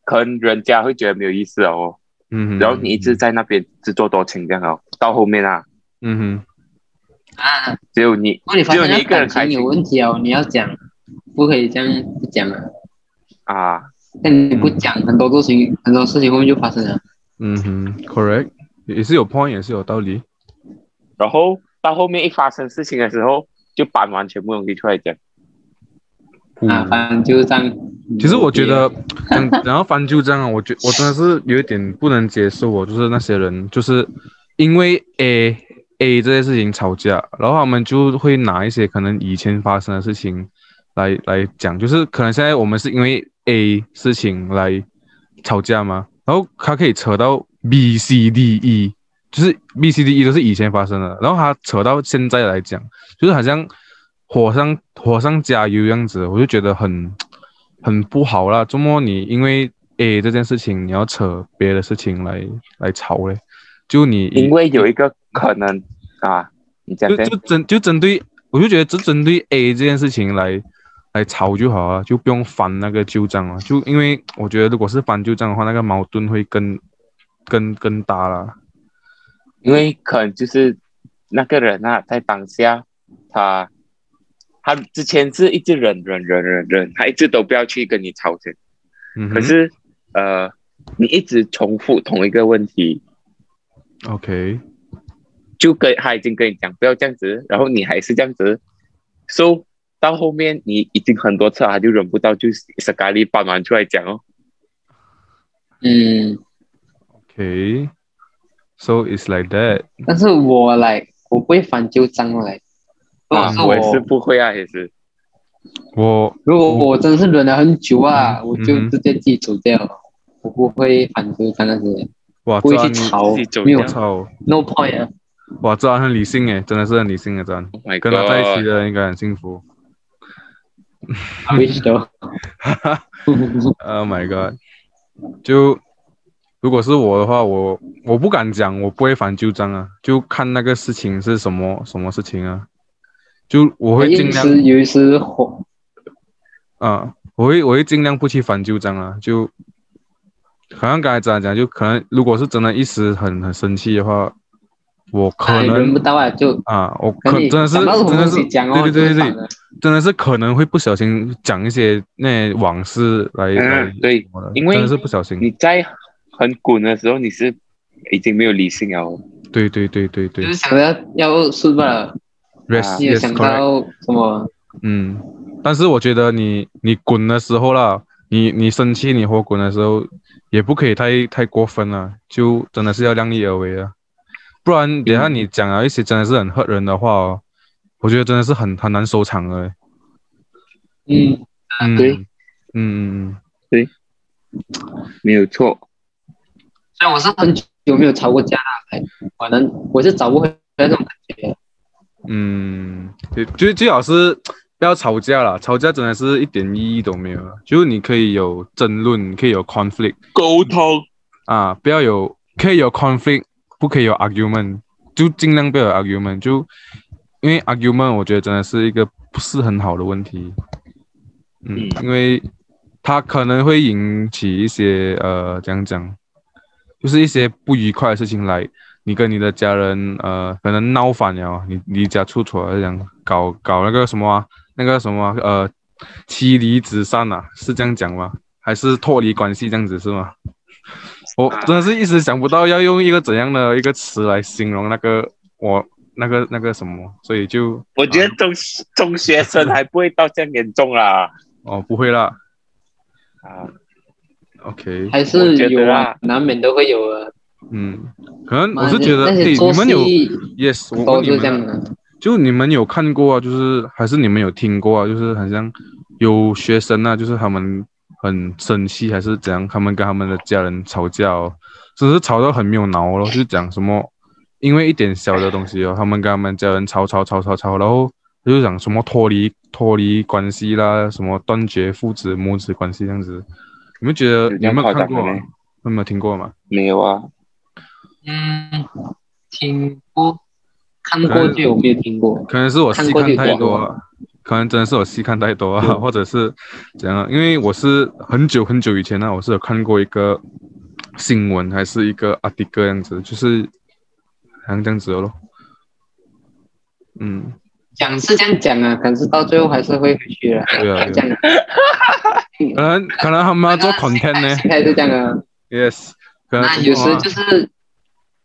[SPEAKER 1] 可能人家会觉得没有意思哦。
[SPEAKER 2] 嗯哼，
[SPEAKER 1] 然后你一直在那边自作多情这样哦，到后面啊，
[SPEAKER 2] 嗯哼，
[SPEAKER 3] 啊，
[SPEAKER 1] 只有你
[SPEAKER 3] 如果你发
[SPEAKER 1] 只有你
[SPEAKER 3] 现
[SPEAKER 1] 一
[SPEAKER 3] 那
[SPEAKER 1] 个
[SPEAKER 3] 感
[SPEAKER 1] 人开
[SPEAKER 3] 情
[SPEAKER 1] 心
[SPEAKER 3] 有问题哦，你要讲，不可以这样不讲啊。
[SPEAKER 1] 啊，
[SPEAKER 3] 但你不讲，很多事情，很多事情后面就发生了。
[SPEAKER 2] 嗯哼，correct，也是有 point，也是有道理。
[SPEAKER 1] 然后到后面一发生事情的时候，就搬完全部东西出来讲。
[SPEAKER 2] 嗯
[SPEAKER 1] 嗯
[SPEAKER 3] 啊，反正就是这样。
[SPEAKER 2] 其实我觉得，
[SPEAKER 3] 啊
[SPEAKER 2] 嗯，然后翻旧账啊，我觉我真的是有一点不能接受哦，就是那些人就是因为 A A 这些事情吵架，然后他们就会拿一些可能以前发生的事情来来讲，就是可能现在我们是因为 A 事情来吵架嘛，然后他可以扯到 B C D E，就是 B C D E 都是以前发生的，然后他扯到现在来讲，就是好像火上火上加油样子，我就觉得很很不好啦。周末你因为 A 这件事情，你要扯别的事情来来吵嘞，就你
[SPEAKER 1] 因为有一个可能啊，你讲
[SPEAKER 2] 就
[SPEAKER 1] 先
[SPEAKER 2] 就针就针对，我就觉得只针对 A 这件事情来来吵就好啊，就不用翻那个旧账了。啊就因为我觉得如果是翻旧账的话，那个矛盾会更更更大啦。
[SPEAKER 1] 因为可能就是那个人啊，在当下他他之前是一直忍忍忍忍忍，他一直都不要去跟你吵架，
[SPEAKER 2] 嗯
[SPEAKER 1] 可
[SPEAKER 2] 哼
[SPEAKER 1] 是呃，你一直重复同一个问题，
[SPEAKER 2] ，OK，
[SPEAKER 1] 就跟他已经跟你讲不要这样子，然后你还是这样子，so 到后面你已经很多次了，他就忍不到，就是斯咖喱搬完出来讲哦。
[SPEAKER 3] 嗯，
[SPEAKER 2] Okay. So it's like that.
[SPEAKER 3] 但是我来，我不会翻旧账来。如果
[SPEAKER 1] 啊
[SPEAKER 3] 是，
[SPEAKER 1] 我也是
[SPEAKER 3] 我，
[SPEAKER 1] 不会啊，也是。
[SPEAKER 2] 我
[SPEAKER 3] 如果我真的是忍了很久啊，
[SPEAKER 2] 嗯
[SPEAKER 3] 我就直接自己走掉，我不会翻旧账那些，
[SPEAKER 2] 哇，
[SPEAKER 3] 不
[SPEAKER 2] 这
[SPEAKER 3] 会
[SPEAKER 2] 案
[SPEAKER 3] 去吵
[SPEAKER 1] 自己走，
[SPEAKER 3] 没有
[SPEAKER 1] 掉
[SPEAKER 2] 操，
[SPEAKER 3] no point 啊。
[SPEAKER 2] 哇，这案很理性欸诶，真的是很理性的这案。
[SPEAKER 1] Oh my
[SPEAKER 2] 跟他在一起
[SPEAKER 1] god！
[SPEAKER 2] 的人应该很幸福。
[SPEAKER 3] I wish though 。哦
[SPEAKER 2] Oh my god！就如果是我的话，我我不敢讲，我不会翻旧账啊，就看那个事情是什么什么事情啊，就我会尽
[SPEAKER 3] 一
[SPEAKER 2] 量
[SPEAKER 3] 时有一时火，
[SPEAKER 2] 啊，我会我会尽量不去翻旧账啊，就好像刚才这样讲，就可能如果是真的一时很很生气的话，我可
[SPEAKER 3] 哎，轮
[SPEAKER 2] 能
[SPEAKER 3] 不到啊，就
[SPEAKER 2] 啊，我可
[SPEAKER 3] 可能你
[SPEAKER 2] 真的是
[SPEAKER 3] 想到
[SPEAKER 2] 真
[SPEAKER 3] 什么
[SPEAKER 2] 的
[SPEAKER 3] 东
[SPEAKER 2] 是
[SPEAKER 3] 西讲哦，
[SPEAKER 2] 对对对对
[SPEAKER 3] 就
[SPEAKER 2] 对，
[SPEAKER 3] 反了
[SPEAKER 2] 真的是可能会不小心讲一些那往事来来
[SPEAKER 1] 嗯，对
[SPEAKER 2] 什，么的
[SPEAKER 1] 因为
[SPEAKER 2] 真的是不小心，
[SPEAKER 1] 你在很滚的时候，你是已经没有理性了哦。
[SPEAKER 2] 对对对对
[SPEAKER 3] 就
[SPEAKER 2] 对
[SPEAKER 3] 是想着要要输了，
[SPEAKER 2] ，yes
[SPEAKER 3] 你有
[SPEAKER 2] yes
[SPEAKER 3] 想
[SPEAKER 2] correct，
[SPEAKER 3] 到什么？
[SPEAKER 2] 嗯，但是我觉得你你滚的时候啦，你你生气你火滚的时候，也不可以太太过分了，就真的是要量力而为啊，不然等一下你讲了一些真的是很吓人的话哦，我觉得真的是很很难收场的，
[SPEAKER 3] 嗯，
[SPEAKER 2] 嗯，
[SPEAKER 1] 对
[SPEAKER 2] 嗯嗯嗯。
[SPEAKER 1] 没有错，
[SPEAKER 3] 虽然我是很久没有吵过架了，可能我是找不回那种感觉。
[SPEAKER 2] 嗯，对，就最好是不要吵架啦，吵架真的是一点意义都没有了。啊就是你可以有争论，可以有 conflict
[SPEAKER 1] 沟通。
[SPEAKER 2] 啊，不要有可以有 conflict，不可以有 argument，就尽量不要有 argument。就因为 argument，我觉得真的是一个不是很好的问题。嗯，
[SPEAKER 1] 嗯
[SPEAKER 2] 因为它可能会引起一些呃，讲讲，就是一些不愉快的事情来，你跟你的家人呃，可能闹翻了，你离家出走了，这样搞搞那个什么啊、那个什么啊、呃，妻离子散啊，是这样讲吗？还是脱离关系这样子是吗？我真的是一时想不到要用一个怎样的一个词来形容那个我那个那个什么，所以就
[SPEAKER 1] 我觉得中中学生还不会到这样严重啦。
[SPEAKER 2] 哦不会啦
[SPEAKER 1] 啊，
[SPEAKER 2] ，OK，
[SPEAKER 3] 还
[SPEAKER 1] 我
[SPEAKER 3] 是
[SPEAKER 1] 觉得
[SPEAKER 3] 有
[SPEAKER 1] 啦
[SPEAKER 3] 啊，难免都会有啊。
[SPEAKER 2] 嗯，可能
[SPEAKER 3] 妈
[SPEAKER 2] 我是觉得，
[SPEAKER 3] 那那
[SPEAKER 2] 诶，
[SPEAKER 3] 些做
[SPEAKER 2] 你们有
[SPEAKER 3] 戏
[SPEAKER 2] ，yes，我
[SPEAKER 3] 都
[SPEAKER 2] 问你
[SPEAKER 3] 是这
[SPEAKER 2] 们
[SPEAKER 3] 样
[SPEAKER 2] 啊，
[SPEAKER 3] 的。
[SPEAKER 2] 就你们有看过啊，就是还是你们有听过啊，就是好像有学生啊，就是他们很生气还是怎样，他们跟他们的家人吵架哦，只是吵到很没有脑咯，就讲什么，因为一点小的东西哦，他们跟他们家人吵吵吵吵吵，然后就讲什么脱离脱离关系啦，什么断绝父子母子关系这样子，你们觉得
[SPEAKER 1] 有这
[SPEAKER 2] 你
[SPEAKER 1] 样
[SPEAKER 2] 们有
[SPEAKER 1] 夸
[SPEAKER 2] 看
[SPEAKER 1] 张
[SPEAKER 2] 过、
[SPEAKER 1] 的
[SPEAKER 2] 啊
[SPEAKER 1] 咩？？
[SPEAKER 2] 你们有听过吗？
[SPEAKER 1] 没有啊，
[SPEAKER 3] 嗯，听过，看过就有没有听过？
[SPEAKER 2] 可能是我细看太多了，可能真的是我细看太多啊，
[SPEAKER 3] 嗯
[SPEAKER 2] 或者是怎样啊？因为我是很久很久以前呢、啊我是有看过一个新闻，还是一个 article 这样子，就是好像这样子的咯。嗯，
[SPEAKER 3] 讲是这样讲啊，可是到最后还是会回去的。
[SPEAKER 2] 对啊，
[SPEAKER 3] 这
[SPEAKER 2] 对啊
[SPEAKER 3] 样，
[SPEAKER 2] 可能可能他们
[SPEAKER 1] [LAUGHS]
[SPEAKER 2] 要做 content 呢
[SPEAKER 3] 心态是这样的。
[SPEAKER 2] ，yes，可能
[SPEAKER 1] 啊
[SPEAKER 3] 那有时就是，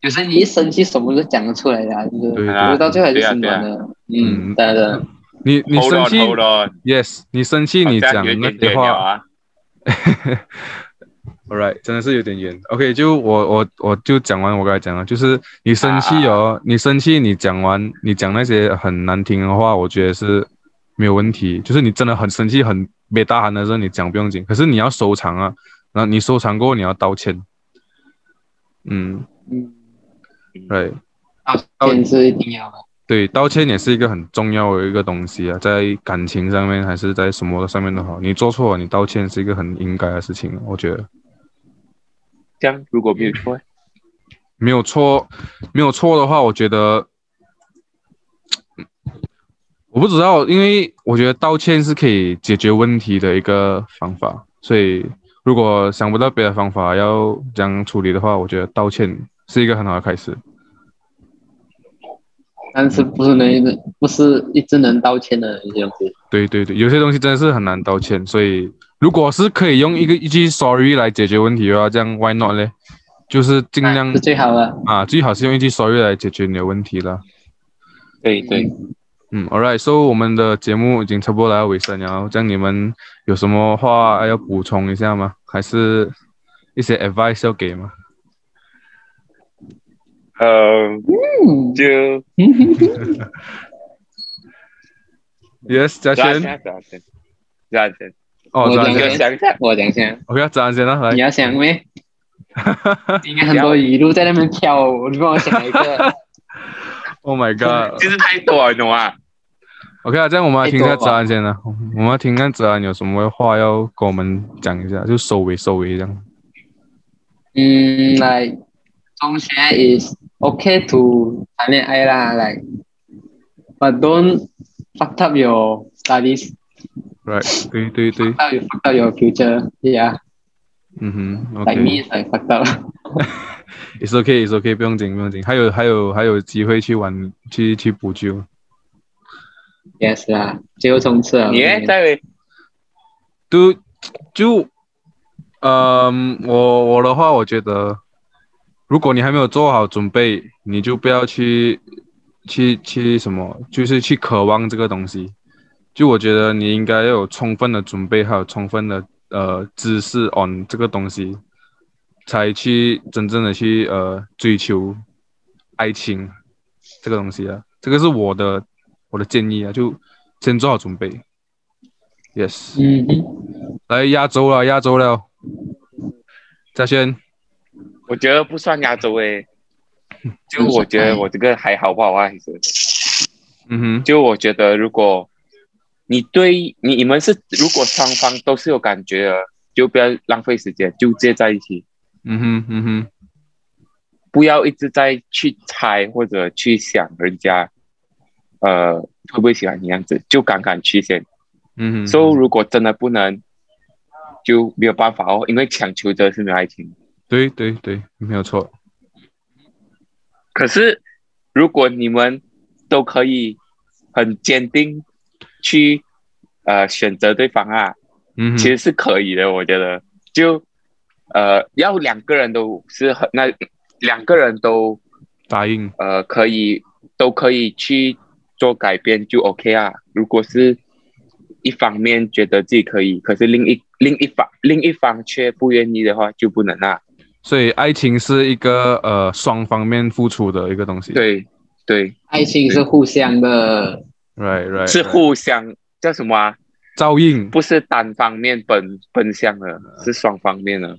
[SPEAKER 3] 有时你一生气，什么都讲得出来的啊，就是，
[SPEAKER 2] 对
[SPEAKER 1] 啊
[SPEAKER 3] 就是到最后还是
[SPEAKER 1] 对啊
[SPEAKER 3] 心软的。
[SPEAKER 2] 啊
[SPEAKER 3] 嗯，对的。
[SPEAKER 2] 你你
[SPEAKER 1] Hold
[SPEAKER 2] 生
[SPEAKER 1] on,
[SPEAKER 2] 气
[SPEAKER 1] hold on，
[SPEAKER 2] ，yes，你生气你
[SPEAKER 1] 好
[SPEAKER 2] 讲
[SPEAKER 1] 像有一
[SPEAKER 2] 那
[SPEAKER 1] 点
[SPEAKER 2] 些
[SPEAKER 1] 点了
[SPEAKER 2] 话。
[SPEAKER 1] 啊。
[SPEAKER 2] All right，真的是有点远。OK，就我我我就讲完我刚才讲了，就是你生气哦，你生气，你讲完，你讲那些很难听的话，我觉得是没有问题。就是你真的很生气、很憋大喊的时候，你讲不用紧，可是你要收场啊。然后你收场过后，你要道歉。嗯，
[SPEAKER 3] 嗯，
[SPEAKER 2] 对
[SPEAKER 3] 道歉是一定要的。
[SPEAKER 2] 对，道歉也是一个很重要的一个东西啊，在感情上面还是在什么上面都好，你做错了，你道歉是一个很应该的事情，啊我觉得。
[SPEAKER 1] 这样如果没有错，
[SPEAKER 2] 没有错，没有错的话，我觉得，我不知道，因为我觉得道歉是可以解决问题的一个方法，所以如果想不到别的方法要这样处理的话，我觉得道歉是一个很好的开始。
[SPEAKER 3] 但是不是能一直不是一直能道歉的一些东西。
[SPEAKER 2] 对对对，有些东西真的是很难道歉，所以如果是可以用一个一句 sorry 来解决问题的话，这样 why not 嘞？就是尽量
[SPEAKER 3] 是最好的。
[SPEAKER 2] 啊，最好是用一句 sorry 来解决你的问题啦。
[SPEAKER 1] 对对，
[SPEAKER 2] 嗯，All right，so 我们的节目已经差不多来到尾声了，这样你们有什么话要补充一下吗？还是一些 advice 要给吗？
[SPEAKER 1] 呃，
[SPEAKER 3] 嗯，
[SPEAKER 1] 就
[SPEAKER 2] Yes，嘉
[SPEAKER 1] 抓
[SPEAKER 2] 轩
[SPEAKER 1] 下抓先，抓先，
[SPEAKER 2] 哦，
[SPEAKER 3] 我
[SPEAKER 2] 张
[SPEAKER 3] 讲
[SPEAKER 1] 你
[SPEAKER 3] 一
[SPEAKER 1] 就
[SPEAKER 3] 个
[SPEAKER 2] 轩
[SPEAKER 1] 想想，
[SPEAKER 3] [LAUGHS] 我讲先，
[SPEAKER 2] ，OK，张轩啊，来
[SPEAKER 3] 你，要想咩？应该很多语录在那边飘哦，我就帮我想一个。
[SPEAKER 2] Oh my God！
[SPEAKER 1] 其实太多了，你懂吗？
[SPEAKER 2] OK 啊，这样我们来听一下
[SPEAKER 3] 太多了
[SPEAKER 2] 哲安先啦，我们要听看哲安有什么话要跟我们讲一下，就收尾收尾这样。
[SPEAKER 3] 嗯，like Mm, 中学 is okay to 谈恋爱啦，like but don't fuck up your studies,
[SPEAKER 2] Right，对对对
[SPEAKER 3] fuck，up your fuck up your future. Yeah,
[SPEAKER 2] 嗯哼
[SPEAKER 3] like me
[SPEAKER 2] ，OK，It's
[SPEAKER 3] is like fucked up. [LAUGHS]
[SPEAKER 2] OK，It's OK，不用紧不用紧，还有还有还有机会去玩去去补救。
[SPEAKER 3] Yes 啦，最后冲刺了。
[SPEAKER 2] 嗯
[SPEAKER 1] 你呢，戴维？
[SPEAKER 2] 都就，嗯，我我的话，我觉得，如果你还没有做好准备，你就不要去去去什么，就是去渴望这个东西。就我觉得你应该要有充分的准备，还有充分的呃知识 on 这个东西，才去真正的去呃追求爱情这个东西啊。这个是我的我的建议啊，就先做好准备。Yes。
[SPEAKER 3] 嗯哼，
[SPEAKER 2] 来哎压轴了，压轴了。嘉轩，
[SPEAKER 1] 我觉得不算亚洲
[SPEAKER 2] [LAUGHS]
[SPEAKER 1] 诶，就我觉得我这个还好不好啊？其实，
[SPEAKER 2] 嗯哼，
[SPEAKER 1] 就我觉得如果你对你你们是如果双方都是有感觉的，就不要浪费时间，就直接在一起。
[SPEAKER 2] 嗯哼，嗯哼，
[SPEAKER 1] 不要一直在去猜或者去想人家，呃，会不会喜欢你样子，就敢敢去先。
[SPEAKER 2] 嗯哼。
[SPEAKER 1] 所、以如果真的不能，就没有办法哦，因为强求者是没有爱情。
[SPEAKER 2] 对对对，没有错。
[SPEAKER 1] 可是如果你们都可以很坚定去呃选择对方啊，
[SPEAKER 2] 嗯哼，
[SPEAKER 1] 其实是可以的，我觉得就呃要两个人都是很那两个人都
[SPEAKER 2] 答应。
[SPEAKER 1] 呃，可以都可以去做改变就 OK 啊。如果是一方面觉得自己可以，可是另一另一方另一方却不愿意的话，就不能啊。
[SPEAKER 2] 所以爱情是一个呃双方面付出的一个东西。
[SPEAKER 1] 对对，
[SPEAKER 3] 爱情是互相的。
[SPEAKER 2] ，right right，
[SPEAKER 1] 是互相叫什么啊？
[SPEAKER 2] 照应。
[SPEAKER 1] 不是单方面奔奔向的，是双方面的。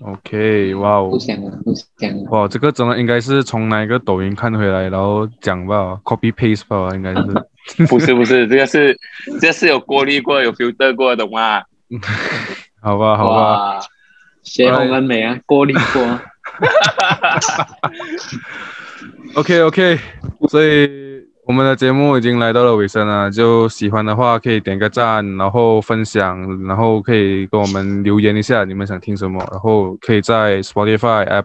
[SPEAKER 2] OK，哇哦
[SPEAKER 3] 互，相的，互相的。
[SPEAKER 2] 哇，这个真的应该是从哪一个抖音看回来，然后讲吧，copy paste 吧，应该是。
[SPEAKER 1] 不是不是，这个是这个是有过滤过、有 filter 过的，懂吗？
[SPEAKER 2] 好吧，好吧，
[SPEAKER 3] 哇，学洪恩美啊，过滤过。
[SPEAKER 2] OK OK，所以我们的节目已经来到了尾声了，就喜欢的话可以点个赞，然后分享，然后可以跟我们留言一下你们想听什么，然后可以在 Spotify app、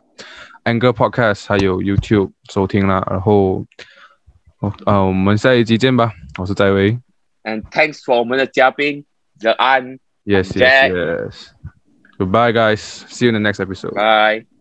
[SPEAKER 2] Anchor Podcast 还有 YouTube 收听啦。然后，哦啊、我们下一集见吧。我是戴维
[SPEAKER 1] 嗯，thanks for 我们的嘉宾 The An，
[SPEAKER 2] ，Yes Yes
[SPEAKER 1] Jack
[SPEAKER 2] Yes，Goodbye guys，see you in the next episode。
[SPEAKER 1] 拜。